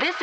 This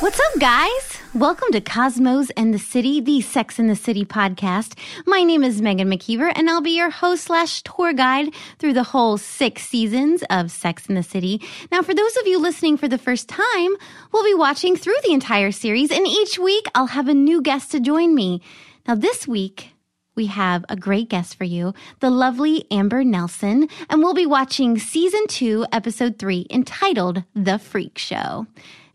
What's up, guys? Welcome to Cosmos and the City, the Sex and the City podcast. My name is Megan McKeever, and I'll be your host slash tour guide through the whole six seasons of Sex and the City. Now, for those of you listening for the first time, we'll be watching through the entire series, and each week I'll have a new guest to join me. Now, this week, we have a great guest for you, the lovely Amber Nelson, and we'll be watching season two, episode three, entitled The Freak Show.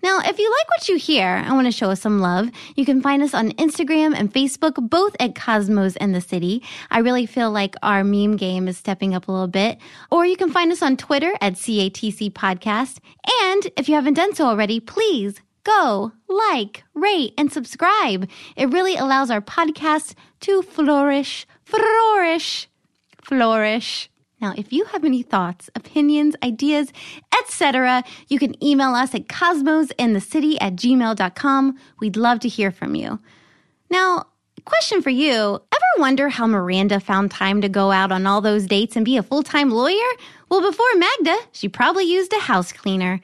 Now, if you like what you hear and want to show us some love, you can find us on Instagram and Facebook, both at Cosmos and the City. I really feel like our meme game is stepping up a little bit. Or you can find us on Twitter at CATC Podcast. And if you haven't done so already, please go, like, rate, and subscribe. It really allows our podcast to flourish, flourish, flourish. Now, if you have any thoughts, opinions, ideas, etc., you can email us at cosmosandthecity at gmail.com. We'd love to hear from you. Now, question for you ever wonder how Miranda found time to go out on all those dates and be a full time lawyer? Well, before Magda, she probably used a house cleaner.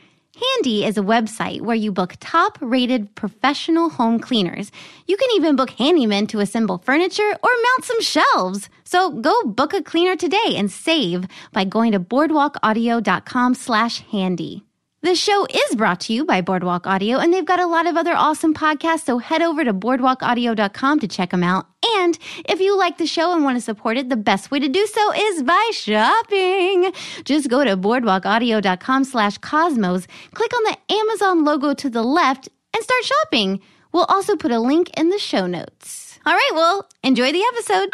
Handy is a website where you book top rated professional home cleaners. You can even book handymen to assemble furniture or mount some shelves. So go book a cleaner today and save by going to boardwalkaudio.com slash handy. The show is brought to you by Boardwalk Audio, and they've got a lot of other awesome podcasts, so head over to boardwalkaudio.com to check them out. And if you like the show and want to support it, the best way to do so is by shopping. Just go to boardwalkaudio.com slash cosmos, click on the Amazon logo to the left, and start shopping. We'll also put a link in the show notes. All right, well, enjoy the episode.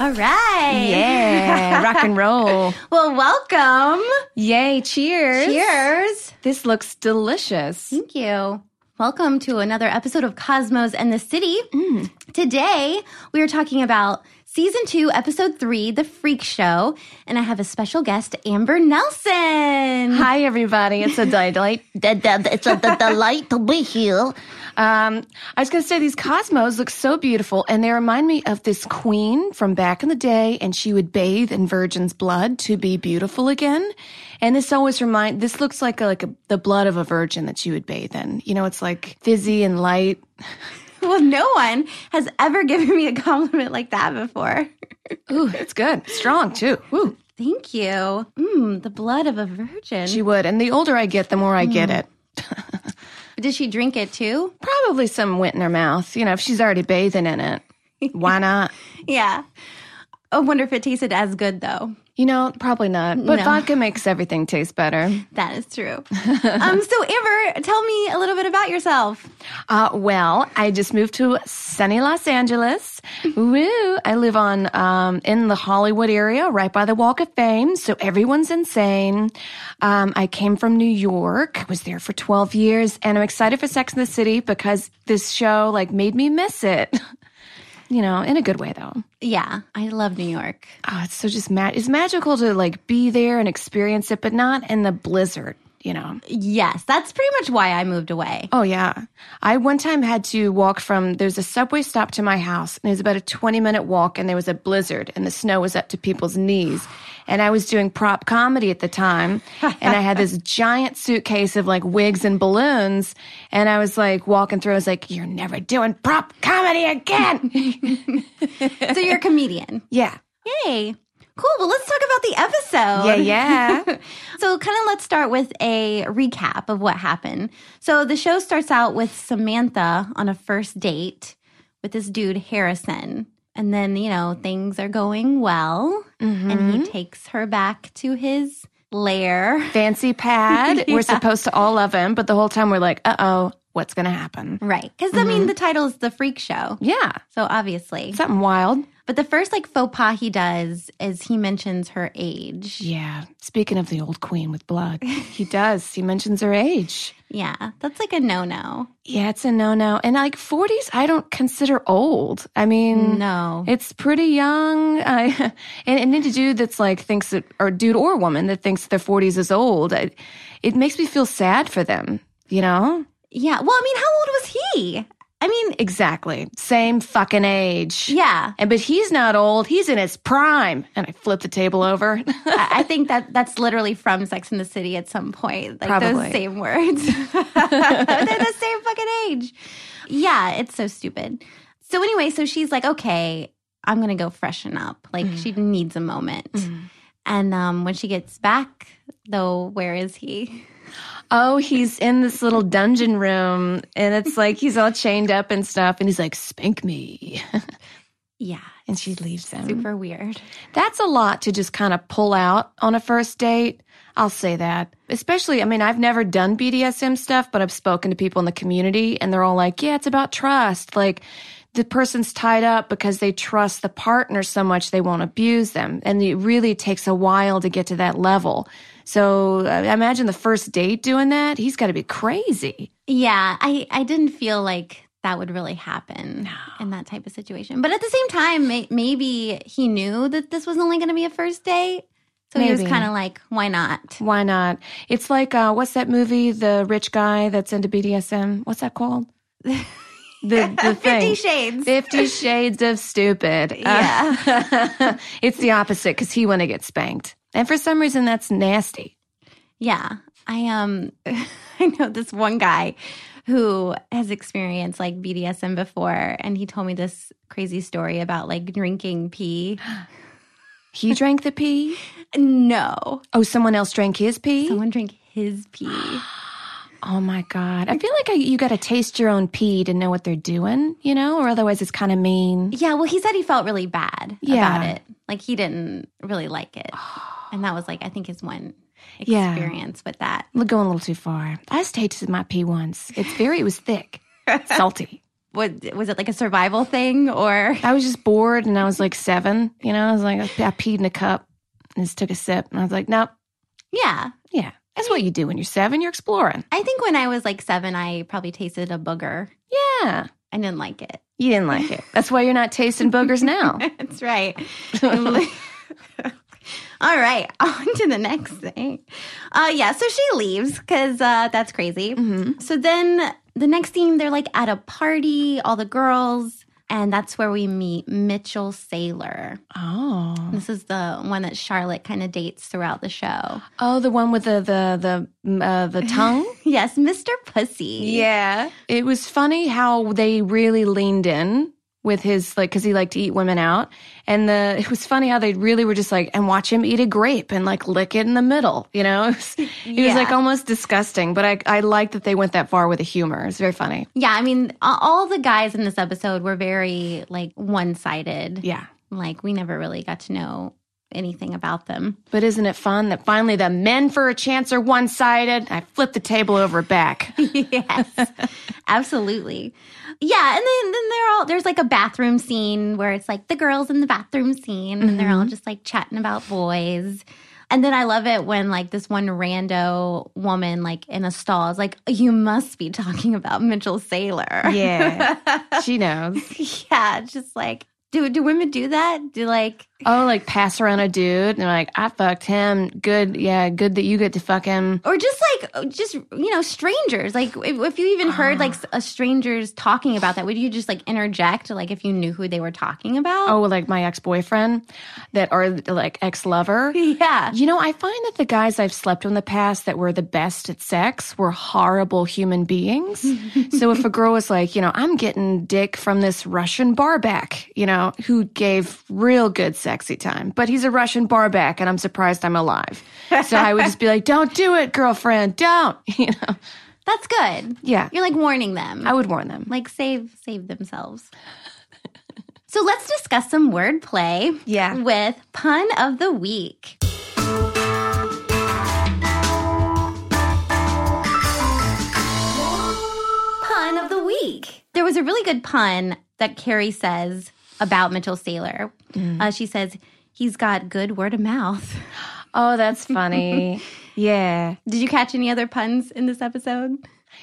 All right. Yeah, rock and roll. Well, welcome. Yay, cheers. Cheers. This looks delicious. Thank you. Welcome to another episode of Cosmos and the City. Mm. Today, we are talking about season two, episode three, The Freak Show. And I have a special guest, Amber Nelson. Hi, everybody. It's a delight. It's a d- delight to be here. Um, I was going to say these cosmos look so beautiful, and they remind me of this queen from back in the day, and she would bathe in virgin's blood to be beautiful again. And this always remind. This looks like a, like a, the blood of a virgin that she would bathe in. You know, it's like fizzy and light. Well, no one has ever given me a compliment like that before. Ooh, it's good. Strong too. Ooh, Thank you. Mm, the blood of a virgin. she would. And the older I get, the more I get it. Did she drink it too? Probably some went in her mouth. You know, if she's already bathing in it, why not? Yeah. I wonder if it tasted as good though. You know, probably not. But No. vodka makes everything taste better. That is true. um, so, Amber, tell me a little bit about yourself. Uh, well, I just moved to sunny Los Angeles. Woo! I live on um, in the Hollywood area, right by the Walk of Fame, so everyone's insane. Um, I came from New York, was there for twelve years, and I'm excited for Sex in the City because this show like made me miss it. you know, in a good way though. Yeah, I love New York. Oh, it's so just ma- it's magical to like be there and experience it, but not in the blizzard, you know. Yes, that's pretty much why I moved away. Oh yeah. I one time had to walk from there's a subway stop to my house and it was about a 20 minute walk and there was a blizzard and the snow was up to people's knees. And I was doing prop comedy at the time and I had this giant suitcase of like wigs and balloons and I was like walking through I was like you're never doing prop comedy again. So you're a comedian. yeah. Yay. Cool. Well, let's talk about the episode. Yeah, yeah. So, kind of let's start with a recap of what happened. So, the show starts out with Samantha on a first date with this dude, Harrison. And then, you know, things are going well. Mm-hmm. And he takes her back to his lair. fancy pad. We're supposed to all love him, but the whole time we're like, uh oh, what's Mm. going to happen? Right. Because, I mean, the title's The Freak Show. Yeah, So, obviously. something wild. But the first like faux pas he does is he mentions her age. Yeah. Speaking of the old queen with blood, he does. He mentions her age. Yeah, that's like a no no. Yeah, it's a no no. And like 40s, I don't consider old. I mean, No. It's pretty young. I, and, and any dude that's like thinks that, or dude or woman that thinks their 40s is old, it, it makes me feel sad for them, you know? Yeah. Well, I mean, how old was he? I mean, Exactly. Same fucking age. yeah. And but he's not old. He's in his prime. And I flip the table over. I I think that that's literally from Sex in the City at some point. Like those Probably. same words. They're the same fucking age. Yeah, it's so stupid. So anyway, so she's like, okay, I'm gonna go freshen up. Like she needs a moment. And um, when she gets back, though, where is he? oh, he's in this little dungeon room and it's like he's all chained up and stuff and he's like spank me. Yeah, and she leaves him. super weird. That's a lot to just kind of pull out on a first date. I'll say that. Especially, I mean, I've never done BDSM stuff, but I've spoken to people in the community and they're all like, yeah, it's about trust. Like the person's tied up because they trust the partner so much they won't abuse them. And it really takes a while to get to that level. So I imagine the first date doing that, he's got to be crazy. Yeah, I, I didn't feel like that would really happen in that type of situation. But at the same time, may, maybe he knew that this was only going to be a first date. So he was Maybe. kind of like, why not? Why not? It's like uh, what's that movie? The rich guy that's into BDSM. What's that called? The the Fifty thing. Shades. Fifty Shades of Stupid. Yeah, it's the opposite because he want to get spanked, and for some reason that's nasty. Yeah. I um I know this one guy who has experienced like BDSM before and he told me this crazy story about like drinking pee. He drank the pee. No. Oh, someone else drank his pee. Someone drank his pee. Oh my god! I feel like I, you got to taste your own pee to know what they're doing, you know, or otherwise it's kind of mean. Yeah, well he said he felt really bad Yeah. about it. Like he didn't really like it. And that was like I think his one Yeah. experience with that. We're going a little too far. I tasted my pee once. It's very. It was thick, salty. What was it like a survival thing or I was just bored and I was like seven, you know, I was like, I peed in a cup and just took a sip and I was like, nope, yeah. yeah, that's what you do when you're seven, you're exploring. I think when I was like 7 I probably tasted a booger. Yeah. I didn't like it. You didn't like it. That's why you're not tasting boogers now. That's right. All right, on to the next thing. Uh, yeah, so she leaves because uh, that's crazy. Mm-hmm. So then the next scene, they're like at a party, all the girls, and that's where we meet Mitchell Sailor. Oh. This is the one that Charlotte kind of dates throughout the show. Oh, the one with the the the uh, the tongue. Yes, Mr. Pussy. yeah. It was funny how they really leaned in with his like because he liked to eat women out, and the it was funny how they really were just like and watch him eat a grape and like lick it in the middle. You know, it was, it was like Yeah. almost disgusting, but I I liked that they went that far with the humor. It's very funny. Yeah, I mean, a- all the guys in this episode were very like one sided. Yeah. Like, we never really got to know anything about them. But isn't it fun that finally the men for a chance are one sided? I flip the table over back. yes, absolutely. Yeah, and then then they're all there's like a bathroom scene where it's like the girls in the bathroom scene, and they're all just like chatting about boys. And then I love it when like this one rando woman like in a stall is like, "You must be talking about Mitchell Sailor." Yeah. she knows. yeah, it's just like. Do, do women do that? Do like, Oh, like pass around a dude and like, I fucked him. Good. Yeah. Good that you get to fuck him. or just like, just, you know, strangers. Like, if, if you even heard like s- a stranger's talking about that, would you just like interject, like, if you knew who they were talking about? Oh, like my ex boyfriend that are like ex lover. Yeah. You know, I find that the guys I've slept with in the past that were the best at sex were horrible human beings. so if a girl was like, you know, I'm getting dick from this Russian barback, you know, who gave real good sexy time, but he's a Russian barback and I'm surprised I'm alive. So I would just be like, don't do it, girlfriend, don't, you know. That's good. Yeah. You're like warning them. I would warn them. like save save themselves. so let's discuss some wordplay. Yeah. With pun of the week. Pun of the week. There was a really good pun that Carrie says about Mitchell Saylor. Mm-hmm. Uh, she says he's got good word of mouth. Oh, that's funny. yeah. Did you catch any other puns in this episode?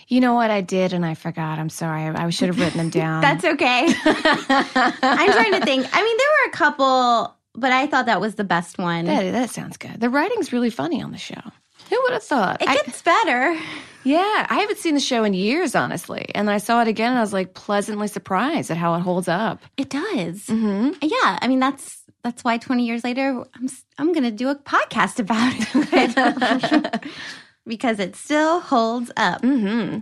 You know what I did and I forgot. I'm sorry. I should have written them down. That's okay. I'm trying to think. I mean, there were a couple, but I thought that was the best one. that, that sounds good. The writing's really funny on the show. Who would have thought? it I- gets better. yeah, I haven't seen the show in years, honestly. And I saw it again and I was like pleasantly surprised at how it holds up. It does. Mm-hmm. Yeah, I mean that's that's why 20 years later I'm s- I'm going to do a podcast about it. because it still holds up. Mm-hmm.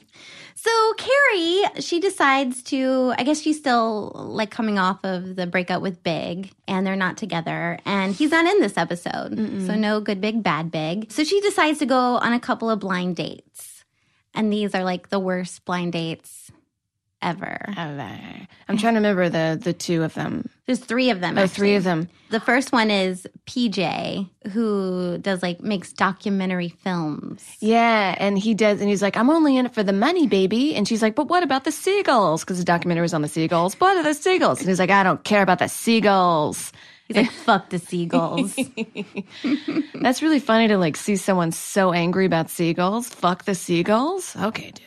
So Carrie, she decides to I guess she's still like coming off of the breakup with Big and they're not together and he's not in this episode. So no good big bad big. So she decides to go on a couple of blind dates. And these are like the worst blind dates ever. I'm trying to remember the the two of them. There's three of them. Oh, actually. three of them. The first one is PJ, who does like makes documentary films. Yeah, and he does, and he's like, "I'm only in it for the money, baby." And she's like, "But what about the seagulls?" Because the documentary was on the seagulls. What are the seagulls? And he's like, "I don't care about the seagulls." He's like, fuck the seagulls. That's really funny to like see someone so angry about seagulls. Fuck the seagulls. Okay, dude.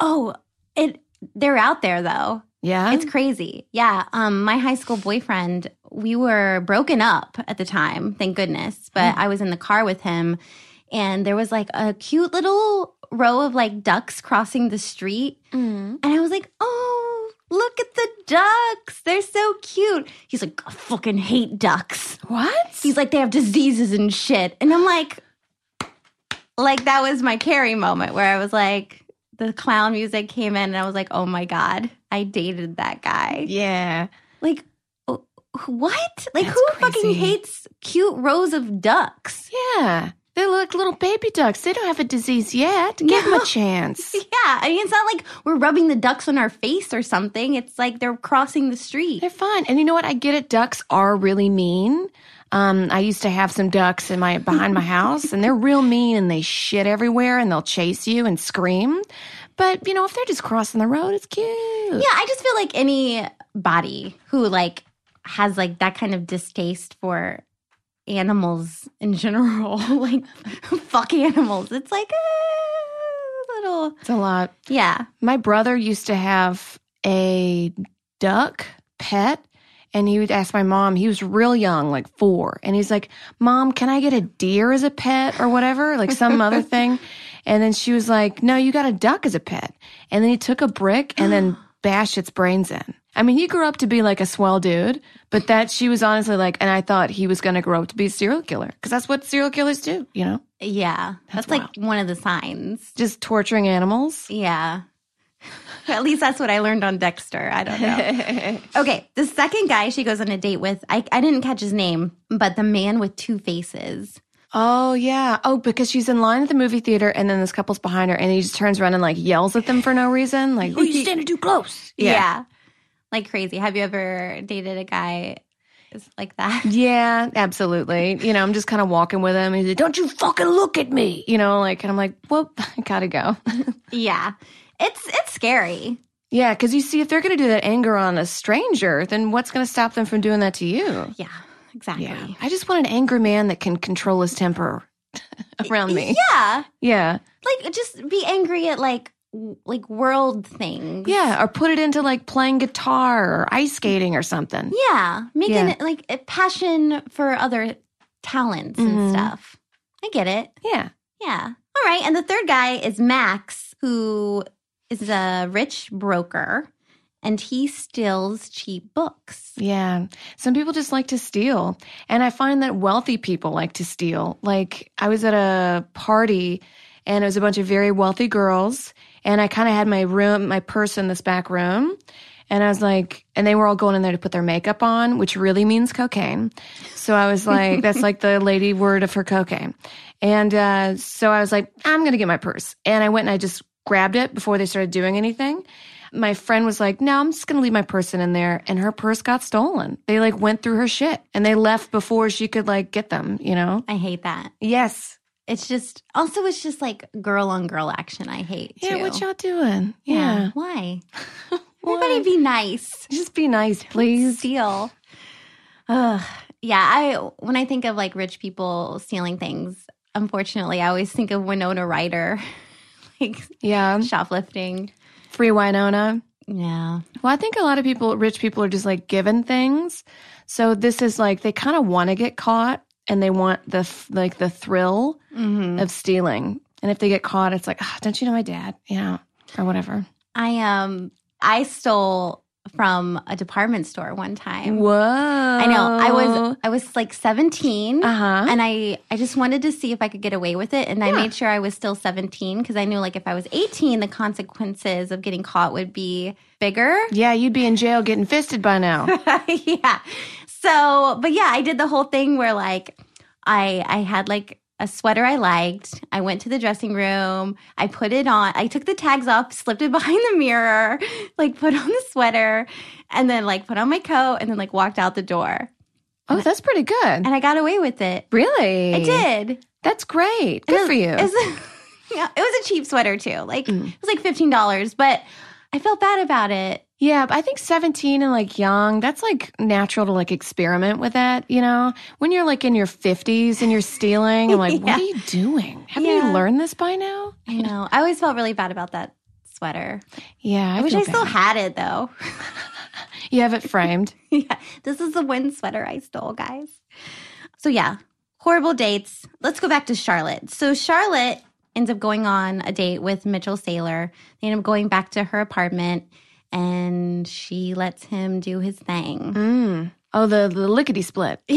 oh, it they're out there though. Yeah, It's crazy. Yeah. Um, my high school boyfriend, we were broken up at the time, thank goodness. But I was in the car with him and there was like a cute little row of like ducks crossing the street. mm-hmm. And I was like, oh, look at the ducks. They're so cute. He's like, I fucking hate ducks. what? He's like, they have diseases and shit. And I'm like, like that was my Carrie moment where I was like, the clown music came in and I was like, oh my God, I dated that guy. yeah, Like, oh, what? Like, That's who fucking crazy. hates cute rows of ducks? yeah. They look little baby ducks. They don't have a disease yet. Give them No. a chance. Yeah. I mean, it's not like we're rubbing the ducks on our face or something. It's like they're crossing the street. They're fine. And you know what? I get it. Ducks are really mean. Um, I used to have some ducks in my behind my house, and they're real mean, and they shit everywhere, and they'll chase you and scream. But you know, if they're just crossing the road, it's cute. Yeah, I just feel like any body who like has like that kind of distaste for animals in general, like fuck animals. It's like uh, a little It's a lot. yeah. My brother used to have a duck pet, and he would ask my mom, he was real young, like four, and he's like, Mom, can I get a deer as a pet or whatever? Like some other thing. And then she was like, No, you got a duck as a pet. And then he took a brick and then bashed its brains in. I mean, he grew up to be like a swell dude, but that she was honestly like, and I thought he was going to grow up to be a serial killer because that's what serial killers do, you know? Yeah. That's, like one of the signs. Just torturing animals. Yeah. At least that's what I learned on Dexter. I don't know. okay. The second guy she goes on a date with, I, I didn't catch his name, but the man with two faces. Oh yeah. Oh, because she's in line at the movie theater, and then this couple's behind her, and he just turns around and like yells at them for no reason. Like, oh, you standing too close. Yeah. Yeah. Like crazy. Have you ever dated a guy is- like that? Yeah, absolutely. You know, I'm just kind of walking with him. and He's like, "Don't you fucking look at me," you know, like, and I'm like, "Whoop, I gotta go." yeah. It's it's scary. yeah, because you see, if they're gonna do that anger on a stranger, then what's gonna stop them from doing that to you? Yeah, exactly. Yeah, Yeah. I just want an angry man that can control his temper around me. Yeah, Like just be angry at like w- like world things. yeah, or put it into like playing guitar or ice skating or something. Yeah. Making Yeah. it like a passion for other talents and stuff. I get it. Yeah. Yeah. All right. And the third guy is Max, who is a rich broker and he steals cheap books. Yeah. Some people just like to steal. And I find that wealthy people like to steal. Like, I was at a party and it was a bunch of very wealthy girls. And I kind of had my room, my purse in this back room. And I was like, and they were all going in there to put their makeup on, which really means cocaine. So I was like, that's like the lady word of her cocaine. And uh, so I was like, I'm going to get my purse. And I went and I just grabbed it before they started doing anything my friend was like, "No, I'm just going to leave my person in there," and her purse got stolen. They like went through her shit and they left before she could like get them. You know? I hate that. Yes. It's just also it's just like girl on girl action. I hate. Yeah. uh, too. What y'all doing? Yeah. Yeah. Why? Everybody be nice. Just be nice, please. Steal. Ugh. Yeah, I when I think of like rich people stealing things, unfortunately, I always think of Winona Ryder, like Yeah. shoplifting. Free Winona. Yeah. Well, I think a lot of people, rich people, are just like given things. So this is like they kind of want to get caught, and they want the f- like the thrill Mm-hmm. Mm. of stealing. And if they get caught, it's like, oh, don't you know my dad? Yeah, or whatever. I um I stole from a department store one time. Whoa! I know. I was I was like 17 Uh huh. and I I just wanted to see if I could get away with it and I made sure I was still 17 because I knew like if I was 18 the consequences of getting caught would be bigger. Yeah, you'd be in jail getting fisted by now. yeah. So, but yeah, I did the whole thing where like I I had like a sweater I liked. I went to the dressing room. I put it on. I took the tags off, slipped it behind the mirror, like put on the sweater, and then like put on my coat, and then like walked out the door. oh, that's pretty good. And I got away with it. Really? I did. That's great. Good And for it- you. Mm. It was, yeah, it was a cheap sweater too. Like it was like fifteen dollars, but I felt bad about it. Yeah, but I think 17 and like young, that's like natural to like experiment with that, you know? When you're like in your 50s and you're stealing, I'm like, what are you doing? Haven't Yeah. you learned this by now? I know. I always felt really bad about that sweater. Yeah, I, I wish feel I still bad. had it though. You have it framed. yeah, this is the wind sweater I stole, guys. So yeah, horrible dates. Let's go back to Charlotte. So Charlotte ends up going on a date with Mitchell Saylor. They end up going back to her apartment, and she lets him do his thing. Mm. Oh, the, the lickety split.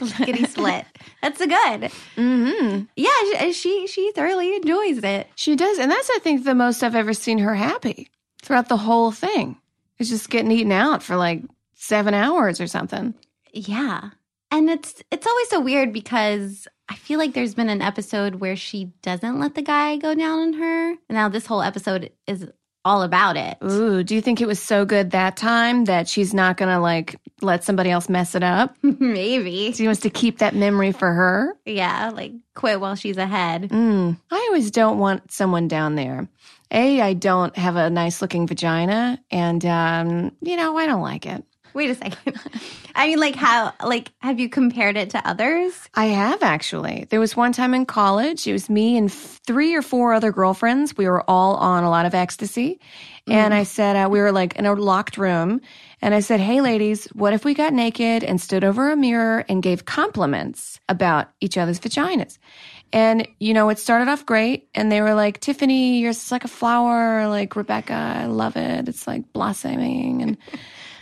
Yeah, lickety split. That's a good. Mm-hmm. Yeah, she, she she thoroughly enjoys it. She does. And that's, I think, the most I've ever seen her happy throughout the whole thing. It's just getting eaten out for like seven hours or something. Yeah. And it's it's always so weird because I feel like there's been an episode where she doesn't let the guy go down on her. And now this whole episode is all about it. Ooh, do you think it was so good that time that she's not going to like let somebody else mess it up? Maybe. She wants to keep that memory for her. Yeah, like quit while she's ahead. Mm. I always don't want someone down there. A, I don't have a nice looking vagina, and um, you know I don't like it. Wait a second. I mean like how like have you compared it to others? I have actually. There was one time in college, it was me and f- three or four other girlfriends. We were all on a lot of ecstasy. And I said, uh, we were like in a locked room. And I said, hey, ladies, what if we got naked and stood over a mirror and gave compliments about each other's vaginas? And, you know, it started off great. And they were like, Tiffany, yours is like a flower. Like, Rebecca, I love it. It's like blossoming. And,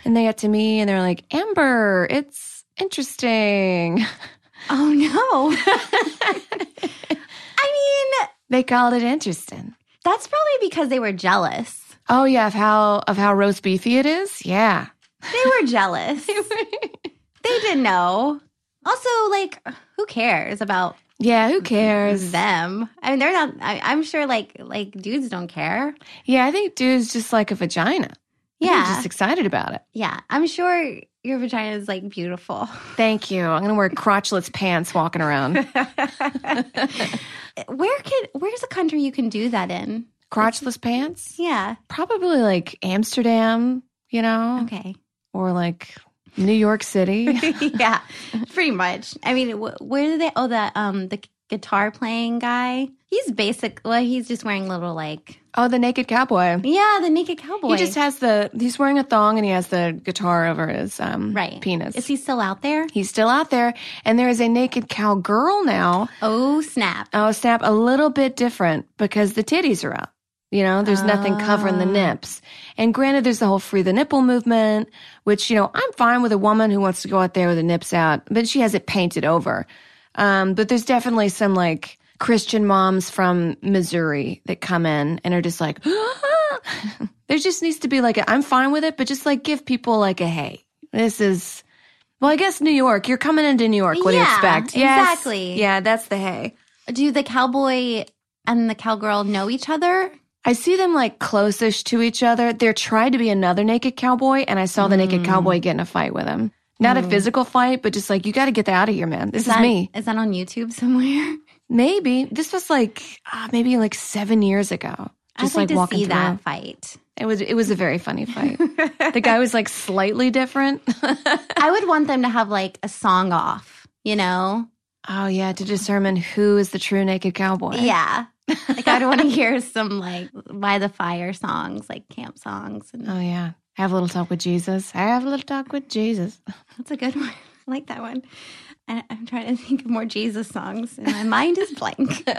and they got to me and they were like, Amber, it's interesting. Oh no. I mean, They called it interesting. that's probably because they were jealous. Oh yeah, of how of how roast beefy it is. Yeah. They were jealous. they didn't know. Also, like, who cares about Yeah, who cares? them? I mean, they're not. I, I'm sure, like, like dudes don't care. Yeah, I think dude's just like a vagina. They're Yeah, just excited about it. yeah. I'm sure your vagina is like beautiful. Thank you. I'm gonna wear crotchless pants walking around. Where can? Where's a country you can do that in? crotchless pants? Yeah. Probably like Amsterdam, you know? Okay. Or like New York City. yeah. Pretty much. I mean, wh- where do they? Oh, the um, the guitar playing guy. He's basic. Well, he's just wearing little like. oh, the naked cowboy. Yeah, the naked cowboy. He just has the he's wearing a thong and he has the guitar over his um right penis. Is he still out there? He's still out there and there is a naked cowgirl now Oh snap! Oh, snap, a little bit different because the titties are up. You know, there's nothing covering Ah. the nips. And granted, there's the whole free the nipple movement, which, you know, I'm fine with a woman who wants to go out there with the nips out, but she has it painted over. Um, but there's definitely some like Christian moms from Missouri that come in and are just like, there just needs to be like, a, I'm fine with it, but just like give people like a, hey, this is, well, I guess New York, you're coming into New York. What do you Yeah, expect? Yes. exactly. Yeah, that's the hey. Do the cowboy and the cowgirl know each other? I see them like closest to each other. There tried to be another naked cowboy, and I saw the naked Hmm. cowboy get in a fight with him. Not a physical fight, but just like, you got to get that out of here, man. This is, that, me. Hmm. Is that on YouTube somewhere? Maybe. This was like, ah, maybe like seven years ago. I'd Just like, to walking see through. that fight. It was it was a very funny fight. the guy was like slightly different. I would want them to have like a song off, you know? oh yeah, to determine who is the true naked cowboy. Yeah. Like I'd want to hear some like by the fire songs, like camp songs. And Oh yeah. Have a little talk with Jesus. Have a little talk with Jesus. that's a good one. I like that one. I, I'm trying to think of more Jesus songs, and my mind is blank.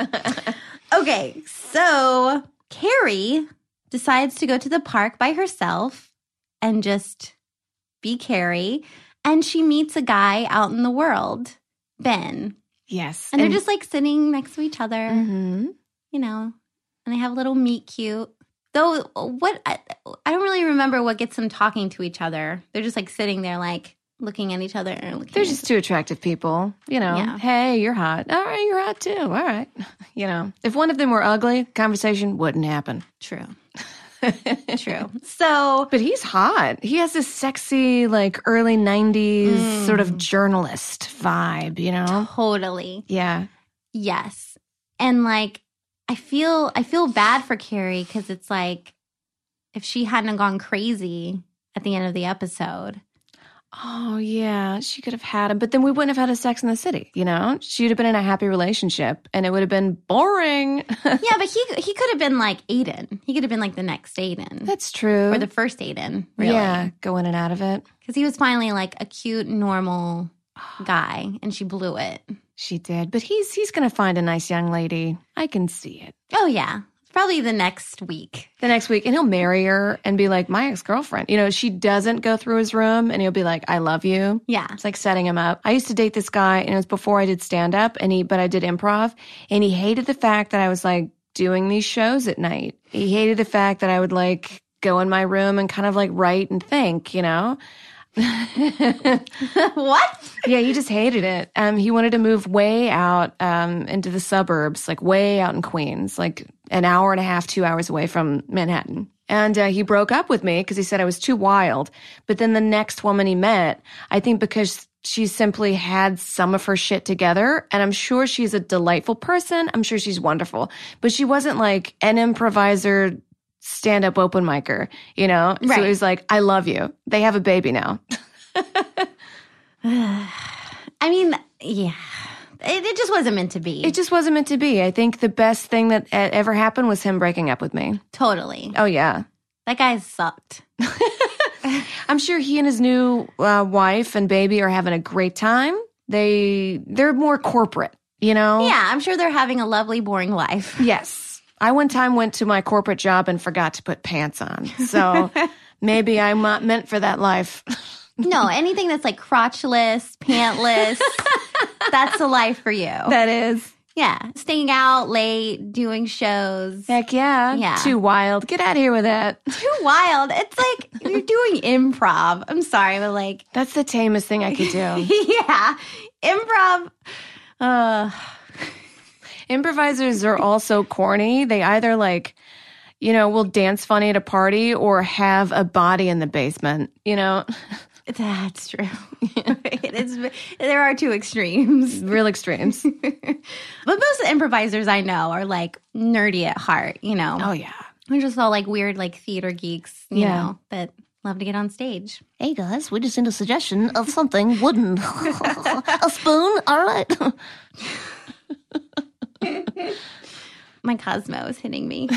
Okay, so Carrie decides to go to the park by herself and just be Carrie. And she meets a guy out in the world, Ben. yes. And Mm-hmm. they're just like sitting next to each other, hmm you know, and they have a little meet cute. Though, what I, I don't really remember what gets them talking to each other. They're just like sitting there, like looking at each other. And looking They're at- just two attractive people, you know. Yeah. Hey, you're hot. All right, you're hot too. All right. You know, if one of them were ugly, conversation wouldn't happen. Oh, true. True. So, But he's hot. He has this sexy, like early 90s sort of journalist vibe, you know? totally. Yeah. Yes. And like I feel I feel bad for Carrie cuz it's like if she hadn't gone crazy at the end of the episode. Oh, yeah. She could have had him, but then we wouldn't have had a sex in the city, you know? She'd have been in a happy relationship and it would have been boring. Yeah, but he he could have been like Aiden. He could have been like the next Aiden That's true. or the first Aiden, really. Yeah, go in and out of it. Cuz he was finally like a cute normal guy and she blew it. She did. But he's he's going to find a nice young lady. I can see it. Oh yeah. Probably the next week. the next week and he'll marry her and be like my ex-girlfriend you know she doesn't go through his room and he'll be like i love you Yeah. it's like setting him up i used to date this guy and it was before i did stand up and he but i did improv and he hated the fact that i was like doing these shows at night he hated the fact that i would like go in my room and kind of like write and think you know what? yeah, he just hated it. Um, he wanted to move way out um, into the suburbs, like way out in Queens, like an hour and a half, two hours away from Manhattan. And uh, he broke up with me because he said I was too wild. But then the next woman he met, I think because she simply had some of her shit together. And I'm sure she's a delightful person. I'm sure she's wonderful. But she wasn't like an improviser, stand up open micer, you know? So Right. it was like, I love you. They have a baby now. I mean, yeah. It, it just wasn't meant to be. It just wasn't meant to be. I think the best thing that e- ever happened was him breaking up with me. totally. Oh yeah, That guy sucked. I'm sure he and his new uh, wife and baby are having a great time. They they're more corporate, you know. Yeah, I'm sure they're having a lovely, boring life. Yes. I one time went to my corporate job and forgot to put pants on. So maybe I'm not meant for that life. No, anything that's like crotchless, pantless, that's a life for you. That is. Yeah. Staying out late, doing shows. Heck yeah. Yeah. Too wild. Get out of here with that. Too wild. It's like you're doing improv. I'm sorry, but like, That's the tamest thing I could do. yeah, improv. Uh, improvisers are also corny. They either like, you know, will dance funny at a party or have a body in the basement, you know, that's true. it is, there are two extremes. real extremes. But most of the improvisers I know are like nerdy at heart, you know. oh, yeah. We're just all like weird, like theater geeks, you Yeah. know, that love to get on stage. Hey guys, we just need a suggestion of something wooden. a spoon? All right. My Cosmo is hitting me.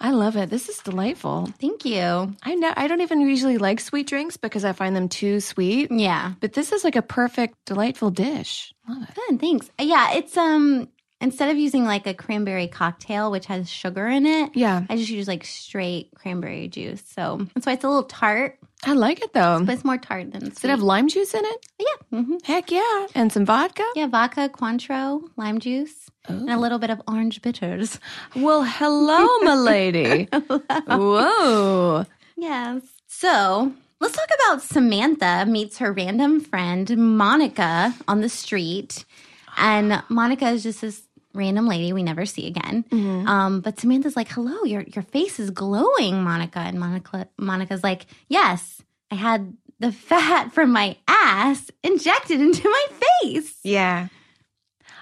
I love it. This is delightful. Thank you. I know I don't even usually like sweet drinks because I find them too sweet, Yeah. but this is like a perfect, delightful dish. Love it. Good. Thanks. Uh, Yeah. It's, um, instead of using like a cranberry cocktail, which has sugar in it, Yeah, I just use like straight cranberry juice. So that's why it's a little tart, I like it though. but it's more tart than Does it sweet. have lime juice in it? yeah. hmm Heck yeah. And some vodka? Yeah. Vodka, Cointreau, lime juice, and a little bit of orange bitters. Well, hello, my lady. Whoa. Yes. So let's talk about Samantha meets her random friend Monica on the street. And Monica is just this random lady we never see again. Um, but Samantha's like, hello, your your face is glowing, Monica. And Monica Monica's like, Yes, I had the fat from my ass injected into my face. Yeah.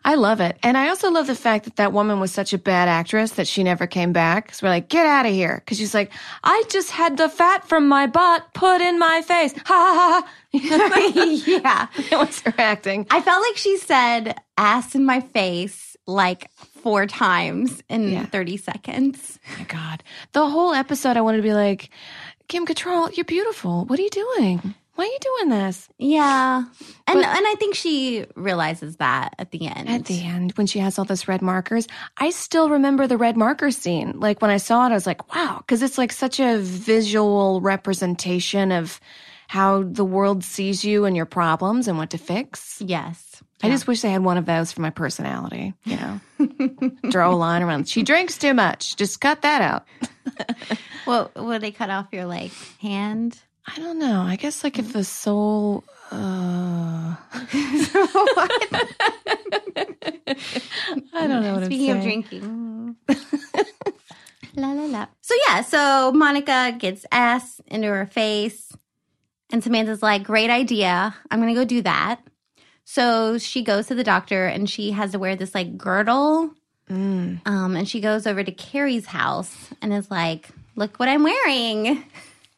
I love it. And I also love the fact that that woman was such a bad actress that she never came back. So we're like, get out of here. Cause she's like, I just had the fat from my butt put in my face. Ha ha ha. yeah. it was her acting. I felt like she said ass in my face like four times in 30 seconds. Oh my God. The whole episode, I wanted to be like, Kim Cattrall, you're beautiful. What are you doing? Why are you doing this? Yeah. And and I think she realizes that at the end. At the end, when she has all those red markers, I still remember the red marker scene. Like when I saw it, I was like, wow, because it's like such a visual representation of how the world sees you and your problems and what to fix. yes. I just wish they had one of those for my personality, you know? Draw a line around. She drinks too much. Just cut that out. Well, would they cut off your like hand? I don't know. I guess like if the soul. Uh, I don't know what I'm Speaking saying. of drinking. la la la. So yeah, so Monica gets ass into her face. And Samantha's like, great idea. I'm gonna go do that. So she goes to the doctor and she has to wear this like girdle. Um, and she goes over to Carrie's house and is like, look what I'm wearing.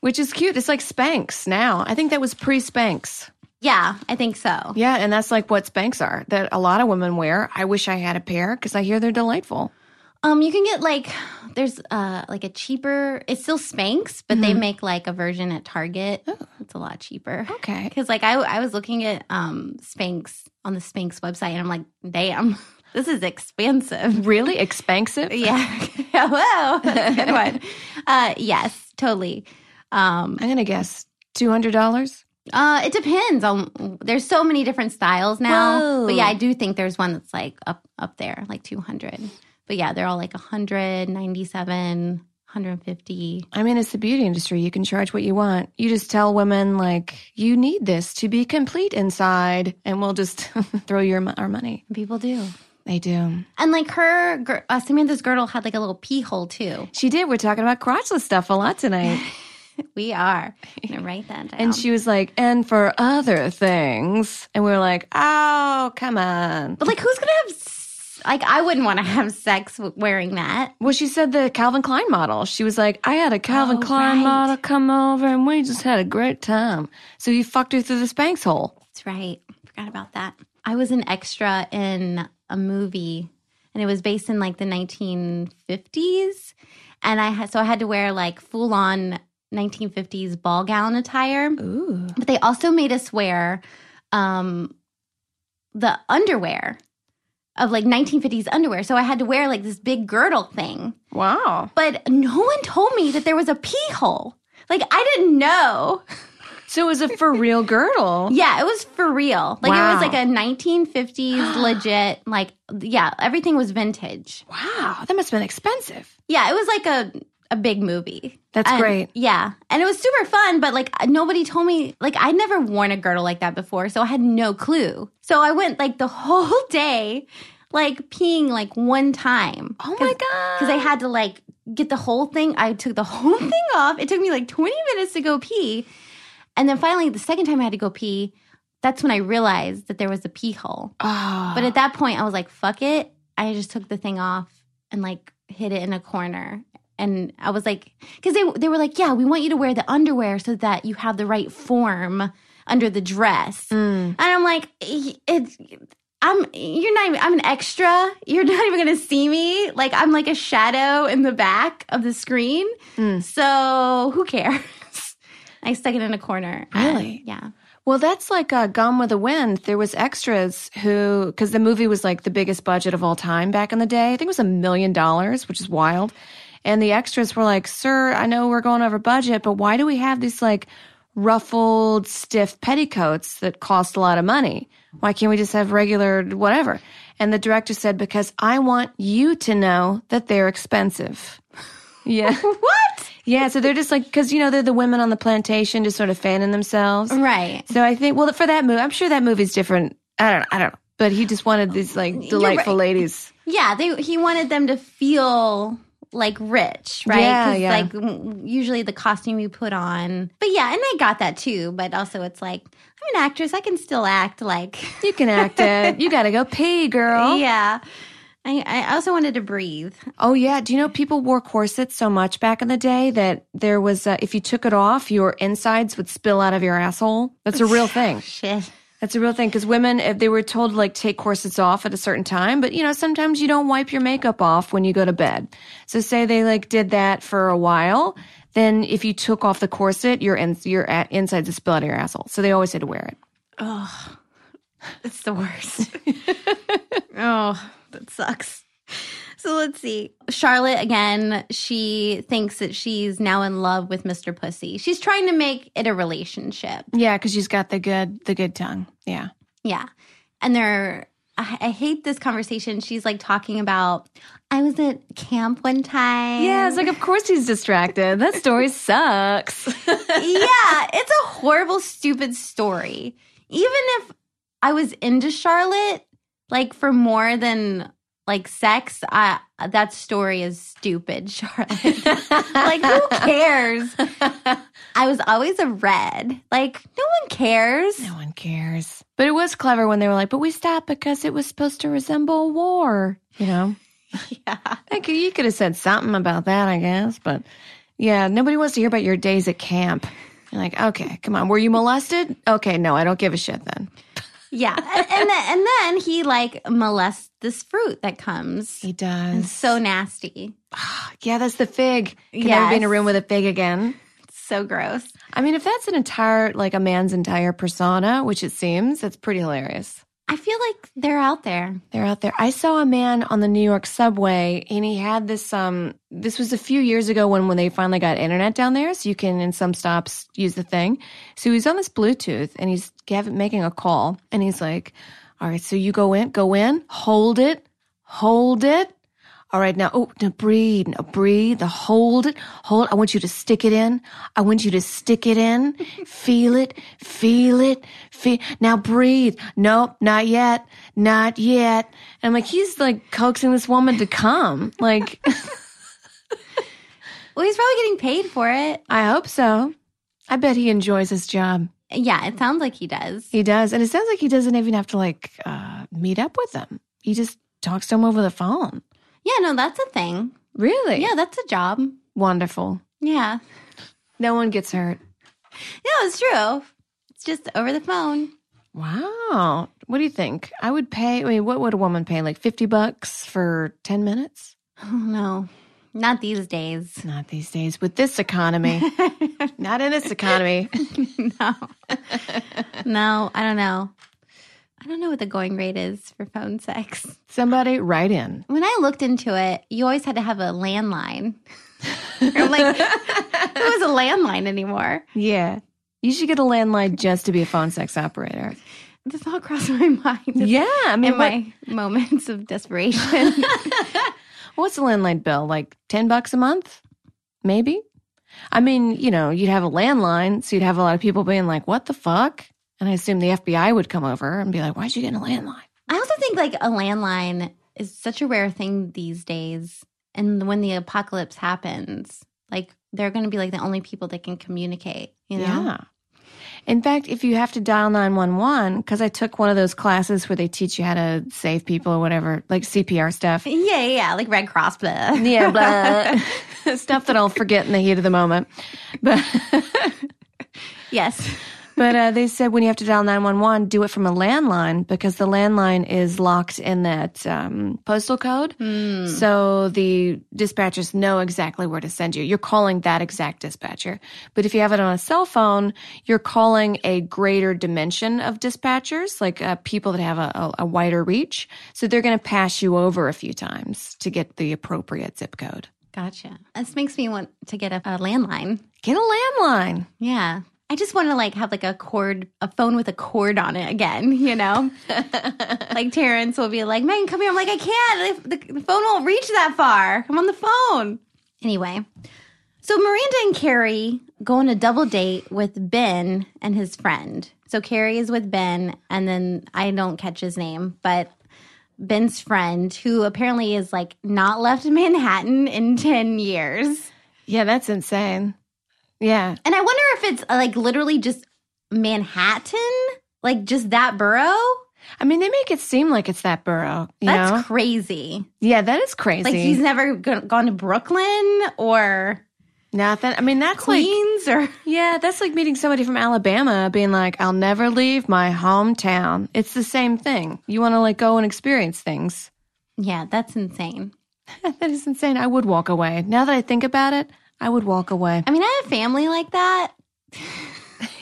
Which is cute. It's like Spanx now. I think that was pre Spanx. Yeah, I think so. Yeah, and that's like what Spanx are that a lot of women wear. I wish I had a pair because I hear they're delightful. Um, you can get like there's uh like a cheaper. It's still Spanx, but they make like a version at Target. It's a lot cheaper. Okay. Because like I I was looking at um Spanx on the Spanx website and I'm like, damn, this is expensive. Really expensive? Yeah. Hello. That's a Good one. Uh, yes, totally. Um, I'm going to guess $200. uh, it depends on. There's so many different styles now, but yeah, Whoa. I do think there's one that's like up up there, like 200. But yeah, they're all like 100, 97, 150. I mean, it's the beauty industry. You can charge what you want. You just tell women, like, you need this to be complete inside, and we'll just throw your mo- our money. People do. They do. And like her, gir- uh, Samantha's girdle had like a little pee hole too. She did. We're talking about crotchless stuff a lot tonight. We are. I'm gonna write that down. And she was like, and for other things. And we were like, oh, come on. but like, who's gonna have? s- Like, I wouldn't want to have sex w- wearing that. Well, she said the Calvin Klein model. She was like, I had a Calvin Oh, Klein right. model come over and we just had a great time. So you fucked her through the Spanx hole. That's right. Forgot about that. I was an extra in a movie and it was based in like the 1950s. And I had, so I had to wear like full on 1950s ball gown attire. Ooh. But they also made us wear um, the underwear of like 1950s underwear. So I had to wear like this big girdle thing. Wow. But no one told me that there was a pee hole. Like I didn't know. So it was a for real girdle. Yeah, it was for real. Like it was Wow. like a 1950s legit like yeah, everything was vintage. Wow. That must have been expensive. Yeah, it was like a a big movie. That's And- great. Yeah. And it was super fun, but like nobody told me like I'd never worn a girdle like that before, so I had no clue. So I went like the whole day like peeing like one time. Oh my God. Cuz I had to like get the whole thing. I took the whole thing off. It took me like 20 minutes to go pee. And then finally the second time I had to go pee, that's when I realized that there was a pee hole. Oh. Ah. But at that point, I was like, fuck it. I just took the thing off and like hid it in a corner. And I was like, because they, they were like, yeah, we want you to wear the underwear so that you have the right form under the dress. Mm. And I'm like, it's. I'm you're not even I'm an extra. You're not even gonna see me. Like I'm like a shadow in the back of the screen. Mm. So who cares? I stuck it in a corner. Really? yeah. Well, that's like uh, Gone with the Wind. There was extras who, because the movie was like the biggest budget of all time back in the day. I think it was a million dollars, which is wild. And the extras were like, "Sir, I know we're going over budget, but why do we have these like ruffled, stiff petticoats that cost a lot of money? Why can't we just have regular whatever?" And the director said, "Because I want you to know that they're expensive." Yeah. What? Yeah, so they're just like because you know they're the women on the plantation, just sort of fanning themselves, Right. So I think well for that movie, I'm sure that movie's different. I don't, I don't know, but he just wanted these like delightful ladies. Yeah, they he wanted them to feel like rich, right? Yeah, 'Cause, yeah. Like m- usually the costume you put on, but yeah, and I got that too. But also, it's like I'm an actress; I can still act. Like, You can act it. You got to go pee, girl. yeah. I, I also wanted to breathe. Oh yeah, do you know people wore corsets so much back in the day that there was uh, if you took it off, your insides would spill out of your asshole. That's a real thing. Shit. That's a real thing because women if they were told like take corsets off at a certain time, but you know sometimes you don't wipe your makeup off when you go to bed. So say they like did that for a while, then if you took off the corset, your in- your a- insides would spill out of your asshole. So they always had to wear it. It's the worst. oh, that sucks. So let's see. Charlotte again, she thinks that she's now in love with Mr. Pussy. She's trying to make it a relationship. Yeah, because she's got the good the good tongue. Yeah. Yeah. And they're, I, I hate this conversation. She's like talking about, I was at camp one time. Yeah, it's like of course he's distracted. That story sucks. yeah. It's a horrible, stupid story. Even if I was into Charlotte, like for more than like sex, I, that story is stupid, Charlotte. like, who cares? I was always a red. Like, no one cares. No one cares. But it was clever when they were like, but we stopped because it was supposed to resemble a war, you know? Yeah. Like, you could have said something about that, I guess. But yeah, nobody wants to hear about your days at camp. You're like, okay, come on. Were you molested? Okay, no, I don't give a shit then. Yeah. And, and, then, and then he like molests this fruit that comes. He does. So nasty. yeah, that's the fig. Can never be in a Yes. room with a fig again. So gross. I mean, if that's an entire, like a man's entire persona, which it seems, that's pretty hilarious. I feel like they're out there. They're out there. I saw a man on the New York subway and he had this um this was a few years ago when when they finally got internet down there so you can in some stops use the thing. So he's on this Bluetooth and he's gav- making a call and he's like, "All right, so you go in, go in, hold it, hold it. All right, now, oh, now breathe, now breathe, now hold it, hold. I want you to stick it in. I want you to stick it in. Feel it, feel it, feel. Now breathe. Nope, not yet, not yet. And I'm like, he's like coaxing this woman to come. Like, Well, he's probably getting paid for it. I hope so. I bet he enjoys his job. Yeah, it sounds like he does. He does, and it sounds like he doesn't even have to like uh, meet up with them. He just talks to them over the phone. Yeah, no, that's a thing. Really? Yeah, that's a job. Wonderful. Yeah. No one gets hurt. No, it's true. It's just over the phone. Wow. What do you think? I would pay, I mean, what would a woman pay? Like 50 bucks for 10 minutes? Oh, no. Not these days. Not these days with this economy. Not in this economy. no. no, I don't know. I don't know what the going rate is for phone sex. Somebody write in. When I looked into it, you always had to have a landline. I'm like, who was a landline anymore? Yeah. You should get a landline just to be a phone sex operator. This all crossed my mind Yeah. I mean, in what- my moments of desperation. what's a landline bill? Like 10 bucks a month? Maybe? I mean, you know, you'd have a landline, so you'd have a lot of people being like, what the fuck? And I assume the FBI would come over and be like, why'd you get a landline? I also think like a landline is such a rare thing these days. And when the apocalypse happens, like they're going to be like the only people that can communicate, you know? Yeah. In fact, if you have to dial 911, because I took one of those classes where they teach you how to save people or whatever, like CPR stuff. Yeah, yeah, yeah, like Red Cross. Blah. Yeah, blah. stuff that I'll forget in the heat of the moment. But, Yes. but uh, they said when you have to dial 911, do it from a landline because the landline is locked in that um, postal code. So the dispatchers know exactly where to send you. You're calling that exact dispatcher. But if you have it on a cell phone, you're calling a greater dimension of dispatchers, like uh, people that have a, a, a wider reach. So they're going to pass you over a few times to get the appropriate zip code. Gotcha. This makes me want to get a, a landline. Get a landline. Yeah. I just want to like have like a cord, a phone with a cord on it again, you know? like Terrence will be like, Megan, come here. I'm like, I can't. The, the phone won't reach that far. I'm on the phone. Anyway, so Miranda and Carrie go on a double date with Ben and his friend. So Carrie is with Ben, and then I don't catch his name, but Ben's friend who apparently is like not left Manhattan in 10 years. Yeah, that's insane. Yeah. And I wonder if it's uh, like literally just Manhattan, like just that borough. I mean, they make it seem like it's that borough. You That's know? crazy. yeah, that is crazy. Like he's never go- gone to Brooklyn or Nothing. I mean, that's like, Queens or yeah, that's like meeting somebody from Alabama being like, I'll never leave my hometown. It's the same thing. You want to like go and experience things. Yeah, that's insane. That is insane. I would walk away. Now that I think about it, I would walk away. I mean, I have family like that.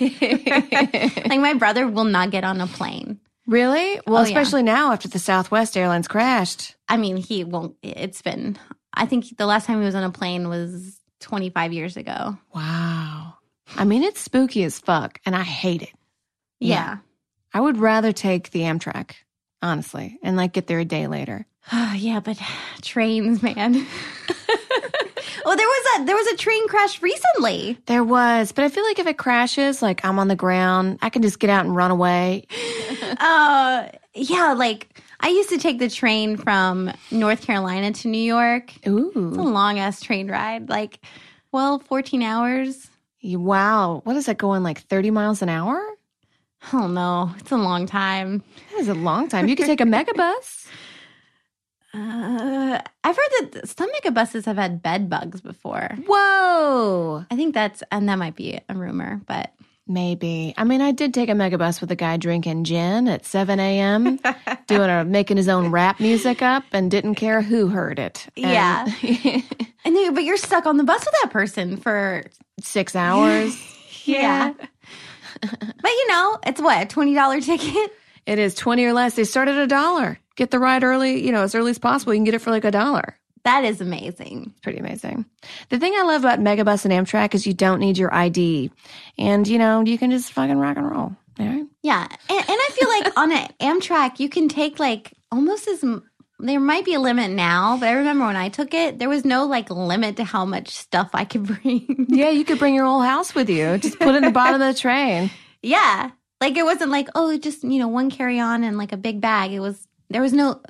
like my brother will not get on a plane. Really? Well, Oh, yeah. especially now after the Southwest Airlines crashed. I mean, he won't. It's been, I think the last time he was on a plane was 25 years ago. Wow. I mean, it's spooky as fuck, and I hate it. Yeah. I would rather take the Amtrak, honestly, and like get there a day later. Ah, Yeah, but trains, man. oh, there was a there was a train crash recently. There was, but I feel like if it crashes, like I'm on the ground, I can just get out and run away. Uh, yeah, like I used to take the train from North Carolina to New York. It's a Ooh. long ass train ride, like 12, 14 hours. Wow. What is that going like 30 miles an hour? I don't know. It's a long time. That is a long time. You could take a megabus. Uh, I've heard that some mega buses have had bed bugs before. Whoa. I think that's, and that might be a rumor, but Maybe. I mean, I did take a megabus with a guy drinking gin at 7 a.m., doing a making his own rap music up and didn't care who heard it. um, And yeah. and then, but you're stuck on the bus with that person for, Six hours. yeah. but you know, it's what, a $20 ticket? It is 20 or less. They start at a dollar. Get the ride early, you know, as early as possible. You can get it for like a dollar. That is amazing. Pretty amazing. The thing I love about Megabus and Amtrak is you don't need your ID. And, you know, you can just fucking rock and roll. All right. Yeah. And, and I feel like on an Amtrak, you can take like almost as, m- there might be a limit now, but I remember when I took it, there was no like limit to how much stuff I could bring. Yeah, you could bring your whole house with you. Just put it in the bottom of the train. Yeah. Like it wasn't like, oh, just, you know, one carry on and like a big bag. It was, there was no,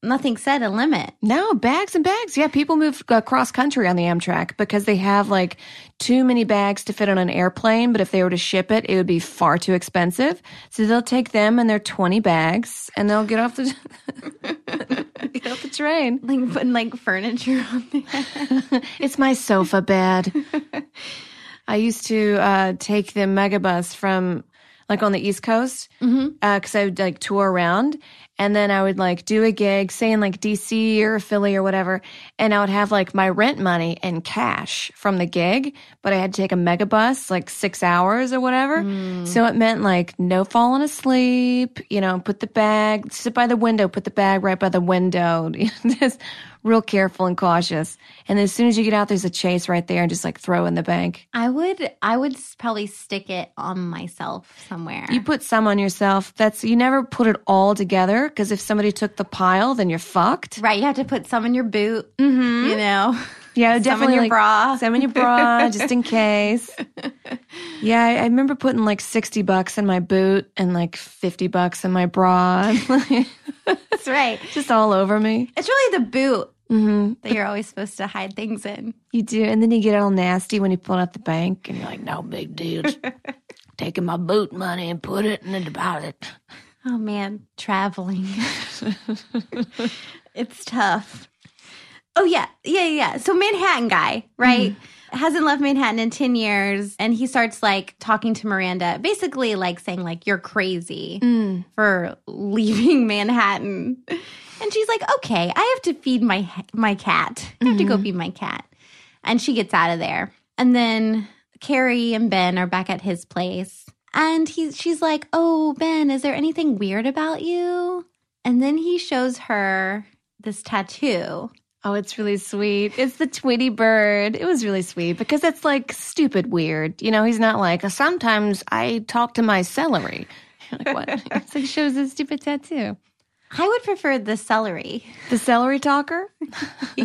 nothing said a limit. No, bags and bags. Yeah, people move across country on the Amtrak because they have like too many bags to fit on an airplane. But if they were to ship it, it would be far too expensive. So they'll take them and their 20 bags and they'll get off the, get off the train. Like putting like furniture on there. It's my sofa bed. I used to uh, take the megabus from like on the East Coast because I would like tour around and then I would like do a gig, say in like DC or Philly or whatever. And I would have like my rent money and cash from the gig, but I had to take a megabus like six hours or whatever. So it meant like no falling asleep, you know, put the bag, sit by the window, put the bag right by the window. just real careful and cautious. And as soon as you get out, there's a chase right there and just like throw in the bank. I would, I would s- probably stick it on myself somewhere. You put some on yourself. That's you never put it all together because if somebody took the pile, then you're fucked. right. You have to put some in your boot, mm-hmm. you know. Yeah, Some in your like, bra. Some in your bra, just in case. Yeah, I, I remember putting like sixty bucks in my boot and like fifty bucks in my bra, That's right. Mm-hmm. just all over me. It's really the boot that you're always supposed to hide things in. You do, and then you get all nasty when you pull out the bank, and you're like, No big deal. Just Taking my boot money and put it in the deposit. Oh man, traveling. it's tough. Oh yeah, yeah, yeah. So Manhattan guy, right? Hasn't left Manhattan in 10 years and he starts like talking to Miranda, basically like saying like you're crazy for leaving Manhattan. And she's like, "Okay, I have to feed my my cat. I have to go feed my cat." And she gets out of there. And then Carrie and Ben are back at his place. And he, she's like, Oh, Ben, is there anything weird about you? And then he shows her this tattoo. "Oh, it's really sweet. It's the Tweety bird. It was really sweet because it's like stupid weird. You know, he's not like sometimes I talk to my celery. You're like what? it's like shows a stupid tattoo. I would prefer the celery. The celery talker.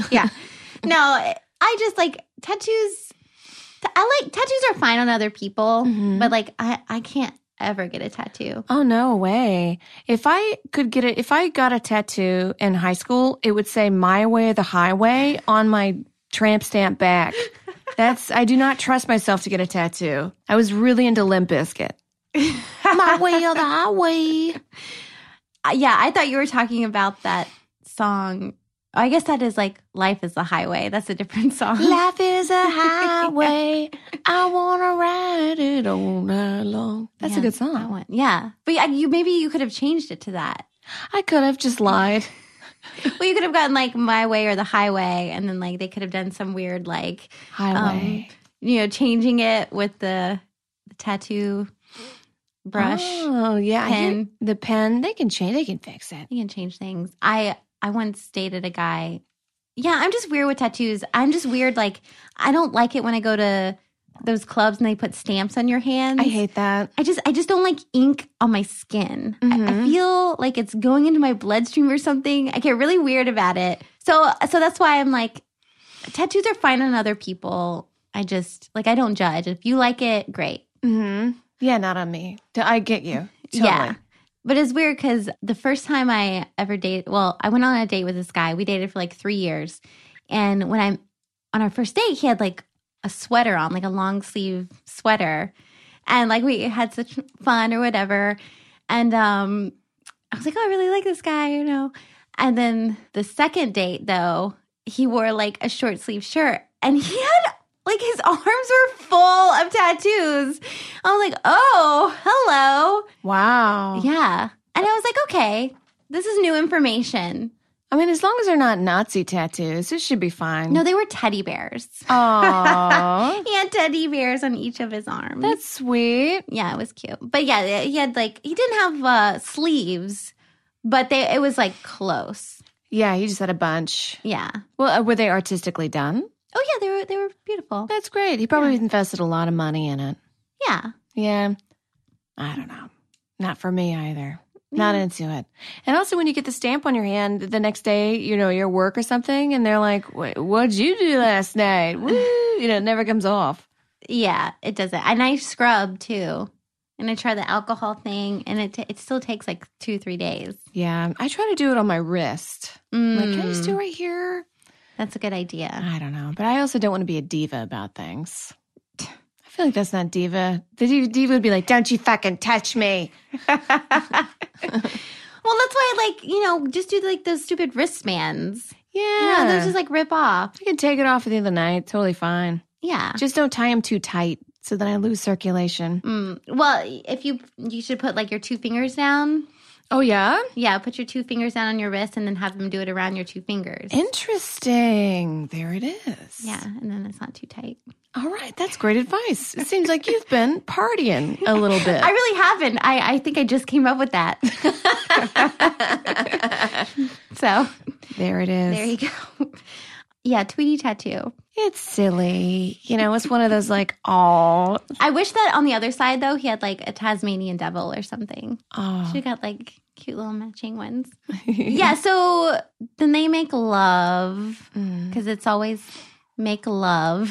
yeah. No, I just like Mm-hmm. tattoos. I like tattoos are fine on other people, but like I, I can't, ever get a tattoo. Oh no way. If I could get it if I got a tattoo in high school, it would say my way or the highway on my tramp stamp back. That's I do not trust myself to get a tattoo. I was really into Limp Bizkit. My way or the highway. Uh, yeah, I thought you were talking about that song. I guess that is like Life is a Highway. That's a different song. Life is a highway. I wanna ride it all night long. That's a Yeah, good That song. one. Yeah. But yeah, you maybe you could have changed it to that. I could have just lied. Well, you could have gotten like My Way or the Highway and then like they could have done some weird like Highway. Um, you know, changing it with the, the tattoo brush. Oh yeah. I hear- Pen. the pen. They can change they can fix it. You can change things. I I once dated a guy. Yeah, I'm just weird with tattoos. I'm just weird. Like I don't like it when I go to those clubs and they put stamps on your hands. I hate that. I just I just don't like ink on my skin. I, I Mhm. feel like it's going into my bloodstream or something. I get really weird about it. So so that's why I'm like tattoos are fine on other people. I just like I don't judge. If you like it, great. hmm Yeah, not on me. D- I get you. Totally. Yeah. But it's weird because the first time I ever dated, well, I went on a date with this guy. We dated for like three years. And when I'm on our first date, he had like a sweater on, like a long sleeve sweater. And like we had such fun or whatever. And um, I was like, oh, I really like this guy, you know? And then the second date, though, he wore like a short sleeve shirt and he had like his arms were full of tattoos. I was like, oh, hello. Wow. Oh. Yeah. And I was like, okay, this is new information. I mean, as long as they're not Nazi tattoos, it should be fine. No, they were teddy bears. Oh, He had teddy bears on each of his arms. that's sweet. yeah, it was cute. But yeah, he had like, he didn't have uh, sleeves, but they it was like close. Yeah, you just had a bunch. Yeah. Well, uh, were they artistically done? Oh, yeah, they were, they were beautiful. That's great. He probably invested a lot of money in it. Yeah. Yeah. I don't know. Not for me either. Not into it. And also, when you get the stamp on your hand the next day, you know, your work or something, and they're like, Wait, what'd you do last night? Woo! You know, it never comes off. Yeah, it doesn't. And I scrub too. And I try the alcohol thing, and it, t- it still takes like two, three days. Yeah. I try to do it on my wrist. Like, can I just Mm, do it right here? that's a good idea. I don't know, but I also don't want to be a diva about things. I feel like that's not diva. The diva, diva would be like, "Don't you fucking touch me!" Well, that's why, like, you know, just do like those stupid wristbands. Yeah, Yeah, those just like rip off. I can take it off at the end of the night. Totally fine. Yeah. Just don't tie them too tight, so then I lose circulation. Mm. Well, if you you should put like your two fingers down. Oh yeah, Yeah, put your two fingers down on your wrist and then have them do it around your two fingers. interesting. There it is. yeah, and then it's not too tight. All right, that's great advice. It seems like you've been partying a little bit. I really haven't. I I think I just came up with that. so there it is. there you go. Yeah, Tweety tattoo. It's silly. You know, it's one of those like, oh, I wish that on the other side though, he had like a Tasmanian devil or something. oh. She got like cute little matching ones. Mm. yeah, so then they make love Mm-hmm. because it's always make love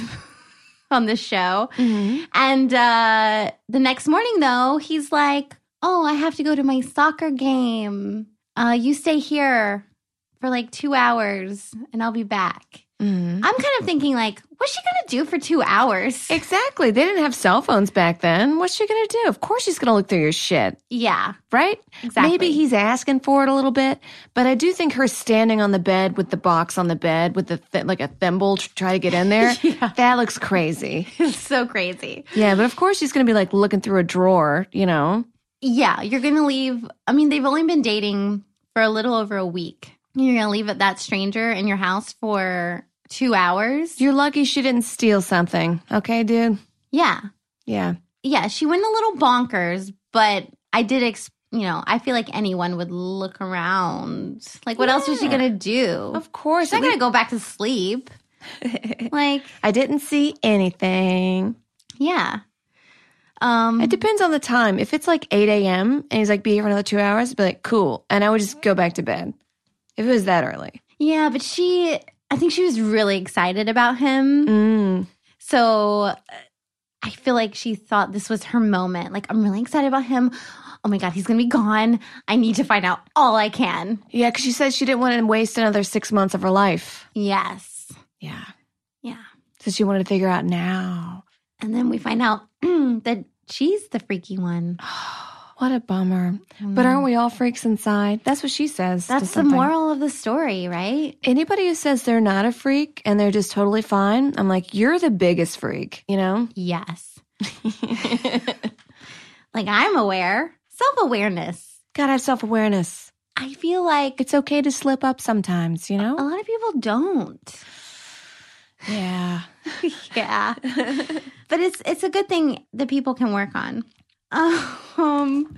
on the show. Mm-hmm. And uh, the next morning, though, he's like, Oh, I have to go to my soccer game. Uh, you stay here for like two hours and I'll be back. Mm-hmm. I'm kind of thinking, like, what's she going to do for two hours? Exactly. They didn't have cell phones back then. What's she going to do? Of course she's going to look through your shit, yeah, right? exactly. Maybe he's asking for it a little bit, but I do think her standing on the bed with the box on the bed with the th- like a thimble to try to get in there, that looks crazy. he's so crazy. Yeah, but of course she's going to be like looking through a drawer, you know. Yeah, you're going to leave. I mean, they've only been dating for a little over a week. You're going to leave that stranger in your house for two hours. You're lucky she didn't steal something. Okay, dude. yeah. Yeah. Yeah. She went a little bonkers, but I did, ex- you know, I feel like anyone would look around. Like, what else was she Yeah. going to do? Of course. She's not going to go back to sleep. like, I didn't see anything. yeah. Um, It depends on the time. If it's like 8 a.m. and he's like, be here for another two hours, I'd be like, cool. And I would just go back to bed if it was that early. yeah, but she, I think she was really excited about him. Mm. So I feel like she thought this was her moment. Like, I'm really excited about him. Oh my God, he's going to be gone. I need to find out all I can. Yeah, because she said she didn't want to waste another six months of her life. Yes. Yeah. Yeah. So she wanted to figure out now. And then we find out that she's the freaky one. What a bummer. But aren't we all freaks inside? That's what she says. to That's the something. moral of the story, right? Anybody who says they're not a freak and they're just totally fine, I'm like, you're the biggest freak, you know? Yes. like, I'm aware, self awareness. Gotta have self awareness. I feel like It's okay to slip up sometimes, you a know? lot of people don't. Yeah. yeah. but it's it's a good thing that people can work on. Um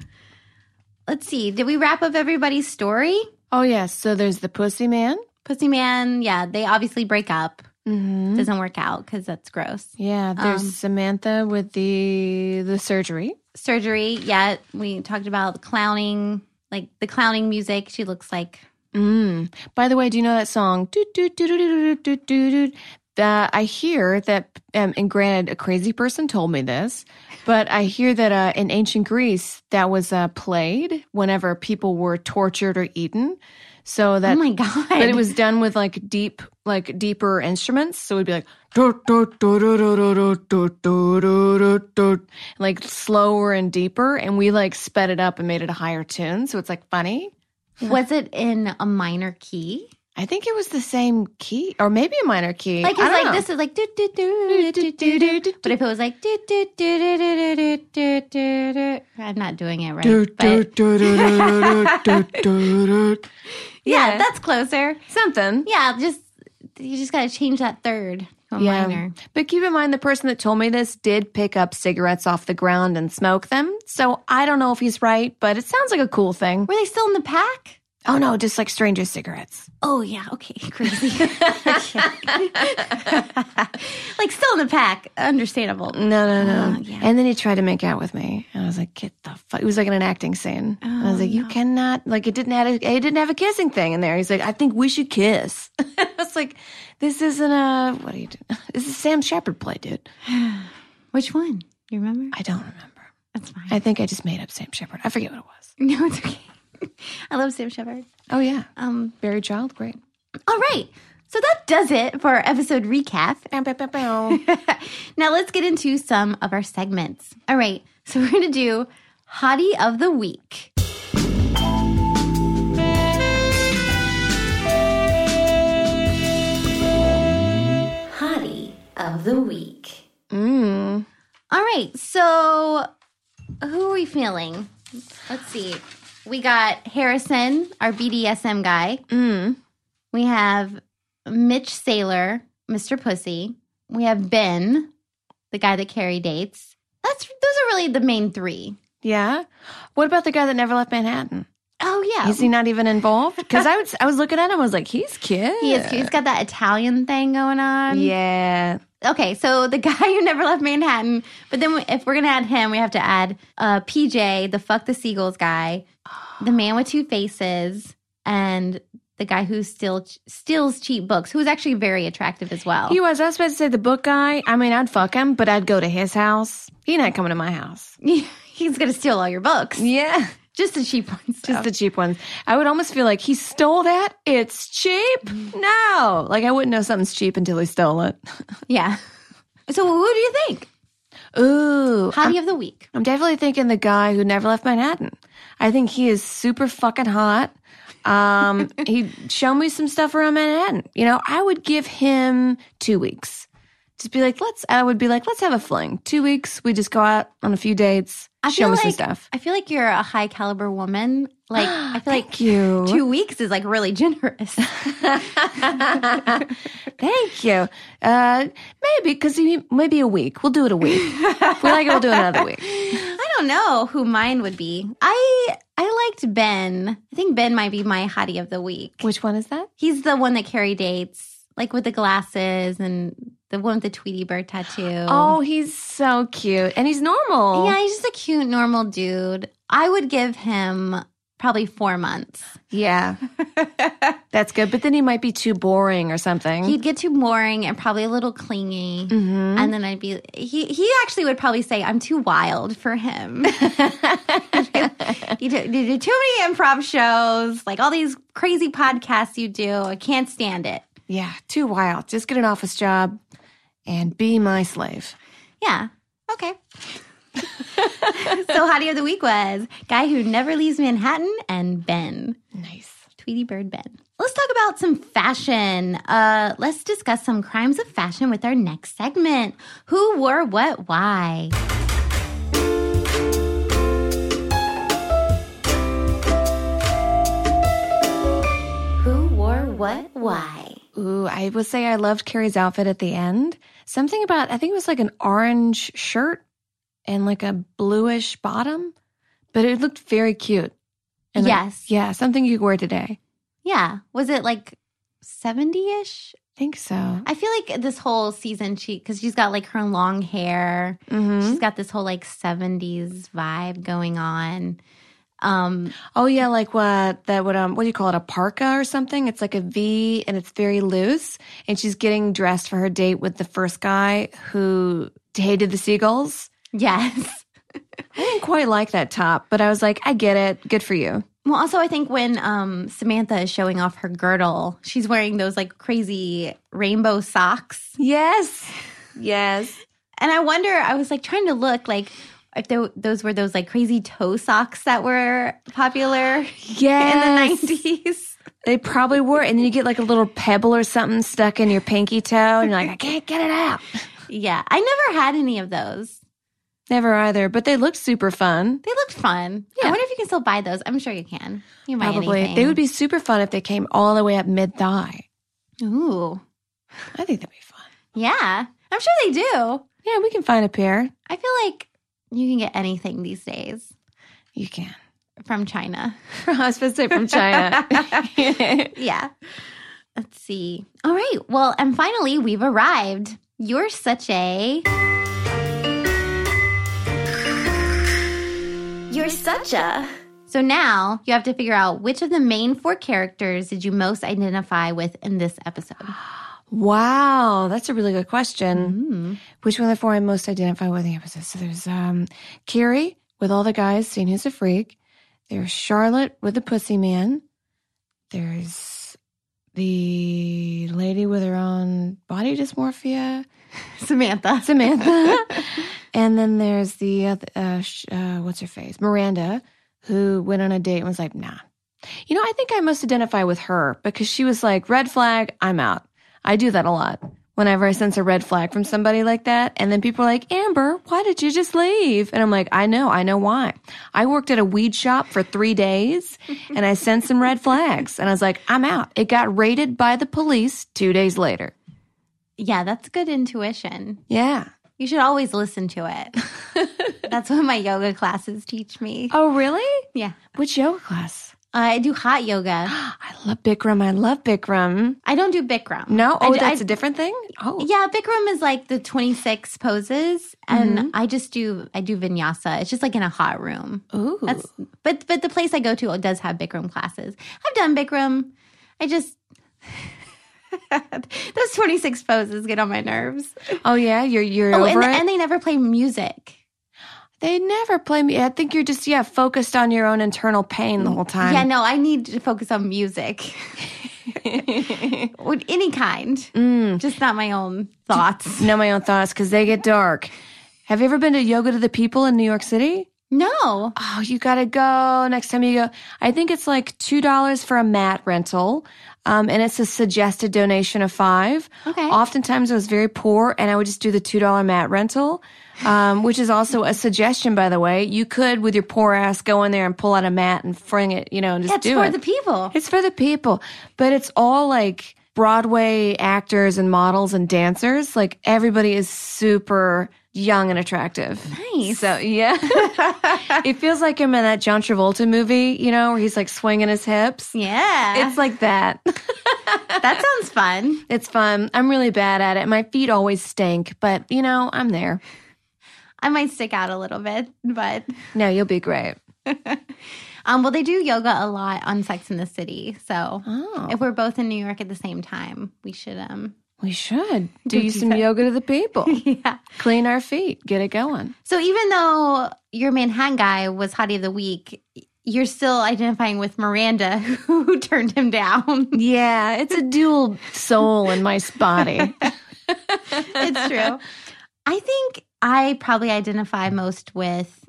let's see. Did we wrap up everybody's story? Oh, yeah. So there's the pussy man. Pussy Man, yeah, they obviously break up. Mm-hmm. Doesn't work out cuz that's gross. Yeah. There's Um, Samantha with the the surgery. Surgery, yeah, we talked about clowning, like the clowning music. She looks like Mm. By the way, do you know that song? Doot, doot, doot, doot, doot, doot, doot, doot. That I hear that, um, and granted, a crazy person told me this, but I hear that uh, in ancient Greece that was uh, played whenever people were tortured or eaten. So that, Oh my god. but it was done with like deep, like deeper instruments. So it'd be like doot, doot, doot, doot, doot, doot, doot, doot, doot, doot, doot, like slower and deeper, and we like sped it up and made it a higher tune. So it's like funny. was it in a minor key? I think it was the same key, or maybe a minor key. Like it's I don't like know. this is like do do do do do do do. But if it was like do do do do do do do do do, I'm not doing it right. But yeah, that's closer. something. Yeah, just you just gotta change that third to a minor. But keep in mind, the person that told me this did pick up cigarettes off the ground and smoke them. So I don't know if he's right, but it sounds like a cool thing. Were they still in the pack? Oh no, just like stranger cigarettes. Oh yeah, okay, crazy. like still in the pack, understandable. No, no, no. Oh, yeah. And then he tried to make out with me, and I was like, "Get the fuck!" It was like in an acting scene. And I was like, "You cannot!" Like it didn't have a, it didn't have a kissing thing in there. He's like, "I think we should kiss." I was like, "This isn't a what are you doing? This is Sam Shepard play, dude." Which one? You remember? I don't remember. That's fine. I think I just made up Sam Shepard. I forget what it was. no, it's okay. I love Sam Shepard. Oh yeah, Um, Barry Child, great. All right. So that does it for our episode recap. now let's get into some of our segments. All right. So we're going to do Hottie of the Week. Hottie of the Week. Mm. All right. So who are we feeling? Let's see. We got Harrison, our BDSM guy. Mm. We have Mitch Sailor, Mr. Pussy. We have Ben, the guy that Carrie dates. That's those are really the main three. Yeah. What about the guy that never left Manhattan? Oh yeah. Is he not even involved? Because I was I was looking at him. I was like, he's cute. he is, he's got that Italian thing going on. Yeah. Okay, so the guy who never left Manhattan, but then we- if we're gonna add him, we have to add uh, PJ, the fuck the seagulls guy, the man with two faces, and the guy who still steals cheap books, who's actually very attractive as well. He was. I was about to say the book guy. I mean, I'd fuck him, but I'd go to his house. He not coming to my house. He's gonna steal all your books, Yeah, just the cheap ones. just the cheap ones. I would almost feel like he stole that. It's cheap. No, like I wouldn't know something's cheap until he stole it. Yeah. So who do you think? Ooh, Hobby of the week. I'm definitely thinking the guy who never left Manhattan. I think he is super fucking hot. Um, he'd show me some stuff around Manhattan. You know, I would give him two weeks. Just be like, let's. I would be like, let's have a fling. Two weeks. We just go out on a few dates. I show feel me like some stuff. I feel like you're a high caliber woman. Like I feel like Thank you. two weeks is like really generous. Thank you. Uh, maybe because maybe a week. We'll do it a week. if we like it, we'll do it another week. I don't know who mine would be. I I liked Ben. I think Ben might be my hottie of the week. Which one is that? He's the one that Carrie dates, like with the glasses and the one with the Tweety Bird tattoo. Oh, he's so cute, and he's normal. yeah, he's just a cute, normal dude. I would give him probably four months. yeah. That's good. But then he might be too boring or something. He'd get too boring and probably a little clingy. mm-hmm. And then I'd be, he, he actually would probably say, I'm too wild for him. you, do, you do too many improv shows, like all these crazy podcasts you do. I can't stand it. yeah, too wild. Just get an office job and be my slave. Yeah. Okay. so, hottie of the week was guy who never leaves Manhattan and Ben. Nice. Tweety Bird Ben. Let's talk about some fashion. Uh, let's discuss some crimes of fashion with our next segment. Who wore what? Why? Who wore what? Why? Ooh, I would say I loved Carrie's outfit at the end. Something about, I think it was like an orange shirt and like a bluish bottom, but it looked very cute. And I- Yes. yeah, something you could wear today. Yeah. Was it like 70 ish? I think so. I feel like this whole season, she, because she's got like her long hair. hmm She's got this whole like 70s vibe going on. Um, Oh, yeah, like what that would, um, what do you call it? A parka or something? It's like a V and it's very loose. And she's getting dressed for her date with the first guy who hated the seagulls. yes. I didn't quite like that top, but I was like, I get it. Good for you. Well, also, I think when um, Samantha is showing off her girdle, she's wearing those like crazy rainbow socks. Yes. Yes. And I wonder, I was like trying to look like if tho- those were those like crazy toe socks that were popular Yes. in the 90s. They probably were. And then you get like a little pebble or something stuck in your pinky toe, and you're like, I can't get it out. yeah, I never had any of those. Never either, but they looked super fun. They looked fun. I Yeah. wonder if you can still buy those. I'm sure you can. You might Probably. They would be super fun if they came all the way up mid thigh. Ooh. I think that'd be fun. Yeah. I'm sure they do. Yeah, we can find a pair. I feel like you can get anything these days You can. from China. I was supposed to say from China. yeah. Let's see. All right. Well, and finally, we've arrived. You're such a. You're such a. So now you have to figure out which of the main four characters did you most identify with in this episode? wow, that's a really good question. Mm. Which one of the four I most identify with in the episode? So there's um Carrie with all the guys seeing who's a freak. There's Charlotte with the pussy man. There's the lady with her own body dysmorphia, Samantha. Samantha. and then there's the other, uh, sh- uh, what's her face, Miranda, who went on a date and was like, "Nah." You know, I think I most identify with her because she was like, "Red flag, I'm out." I do that a lot. Whenever I sense a red flag from somebody like that, and then people are like, Amber, why did you just leave? And I'm like, I know, I know why. I worked at a weed shop for three days and I sensed some red flags. And I was like, I'm out. It got raided by the police two days later. yeah, that's good intuition. Yeah. You should always listen to it. that's what my yoga classes teach me. Oh, really? Yeah. Which yoga class? I do hot yoga. I love Bikram. I love Bikram. I don't do Bikram. No, I oh, d- that's I- a different thing. Oh, Yeah, Bikram is like the 26 poses and Mm-hmm. I just do I do vinyasa. It's just like in a hot room. Ooh. That's but but the place I go to does have Bikram classes. I've done Bikram. I just those 26 poses get on my nerves. oh yeah, you're you're Oh, over and, it. and they never play music. they never play me. I think you're just yeah focused on your own internal pain the whole time. yeah, no, I need to focus on music. Or any kind. Mm. Just not my own thoughts. Know my own thoughts because they get dark. Have you ever been to Yoga to the People in New York City? No. Oh, you gotta go next time you go. I think it's like two dollars for a mat rental, um, and it's a suggested donation of five. Okay. Oftentimes, I was very poor, and I would just do the two dollar mat rental, um, which is also a suggestion, by the way. You could, with your poor ass, go in there and pull out a mat and fring it, you know, and just That's do for it. the people. It's for the people, but it's all like Broadway actors and models and dancers. Like everybody is super young and attractive. Nice. So yeah, it feels like I'm in that John Travolta movie, you know, where he's like swinging his hips. yeah. It's like that. that sounds fun. It's fun. I'm really bad at it. My feet always stink, but you know, I'm there. I might stick out a little bit, but No, you'll be great. Um, well, they do yoga a lot on Sex in the City. So if we're both in New York at the same time, we should. Um, We should do you some yoga to the people. yeah. Clean our feet. Get it going. So even though your Manhattan guy was hottie of the week, you're still identifying with Miranda, who turned him down. Yeah, it's a dual soul in my body. it's true. I think I probably identify most with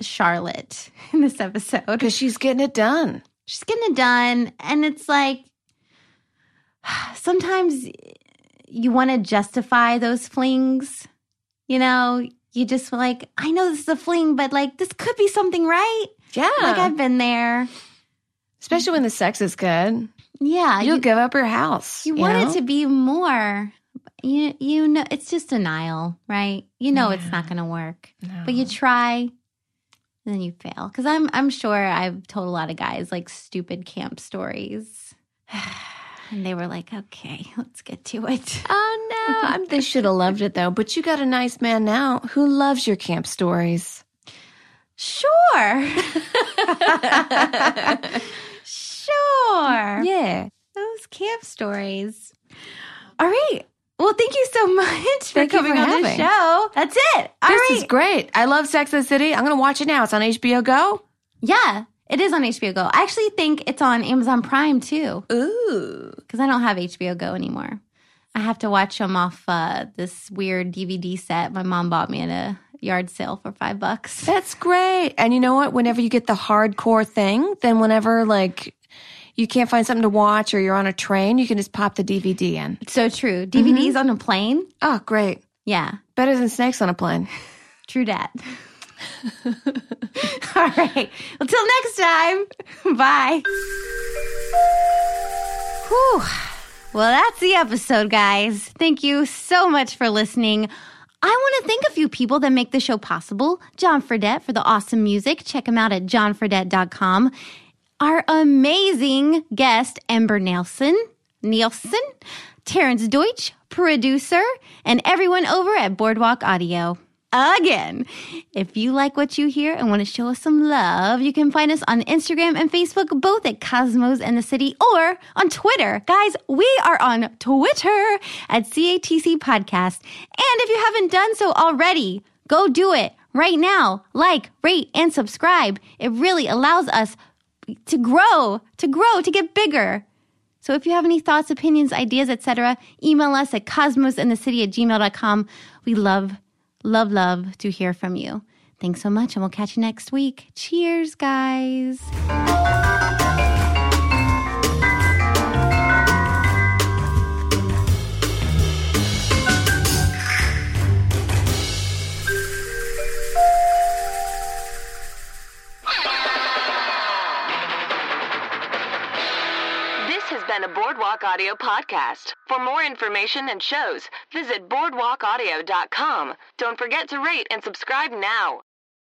Charlotte in this episode. Because Oh, she's getting it done. She's getting it done, and it's like sometimes you want to justify those flings. You know, you just were like, I know this is a fling, but like this could be something, right? Yeah. Like I've been there. Especially when the sex is good. Yeah, You'll you, give up your house. you want know? it to be more. You you know, it's just denial, right? You know, it's not going to work. No. but you try and then you fail because i'm i'm sure i've told a lot of guys like stupid camp stories and they were like okay let's get to it Oh no! I'm, they should have loved it though. But you got a nice man now who loves your camp stories. sure sure Yeah. those camp stories all right well thank you so much for Thank you coming for on the having. show that's it All right. This is great. I love Sex and the City. I'm going to watch it now. It's on HBO Go. yeah it is on hbo go i actually think it's on amazon prime too Ooh. because I don't have HBO Go anymore. I have to watch them off uh, this weird DVD set my mom bought me at a yard sale for five bucks. That's great. And you know what? Whenever you get the hardcore thing, then whenever like you can't find something to watch or you're on a train, you can just pop the DVD in. So true. DVDs on a plane? Oh, great. Yeah, Better than snakes on a plane. true dat. All right. Until next time. Bye. Whew. Well, that's the episode, guys. Thank you so much for listening. I want to thank a few people that make the show possible. John Fredette for the awesome music. Check him out at johnfredette.com. Our amazing guest, Ember Nelson, Nielsen, Terrence Deutsch, producer, and everyone over at Boardwalk Audio. Again, if you like what you hear and want to show us some love, you can find us on Instagram and Facebook, both at Cosmos and the City, or on Twitter. Guys, we are on Twitter at CATC Podcast. And if you haven't done so already, go do it right now. Like, rate, and subscribe. It really allows us to grow, to grow, to get bigger. So if you have any thoughts, opinions, ideas, etc., email us at cosmosandthecity at gmail.com. We love, love, love to hear from you. Thanks so much, and we'll catch you next week. Cheers, guys. This has been a Boardwalk Audio podcast. For more information and shows, visit boardwalkaudio.com. Don't forget to rate and subscribe now.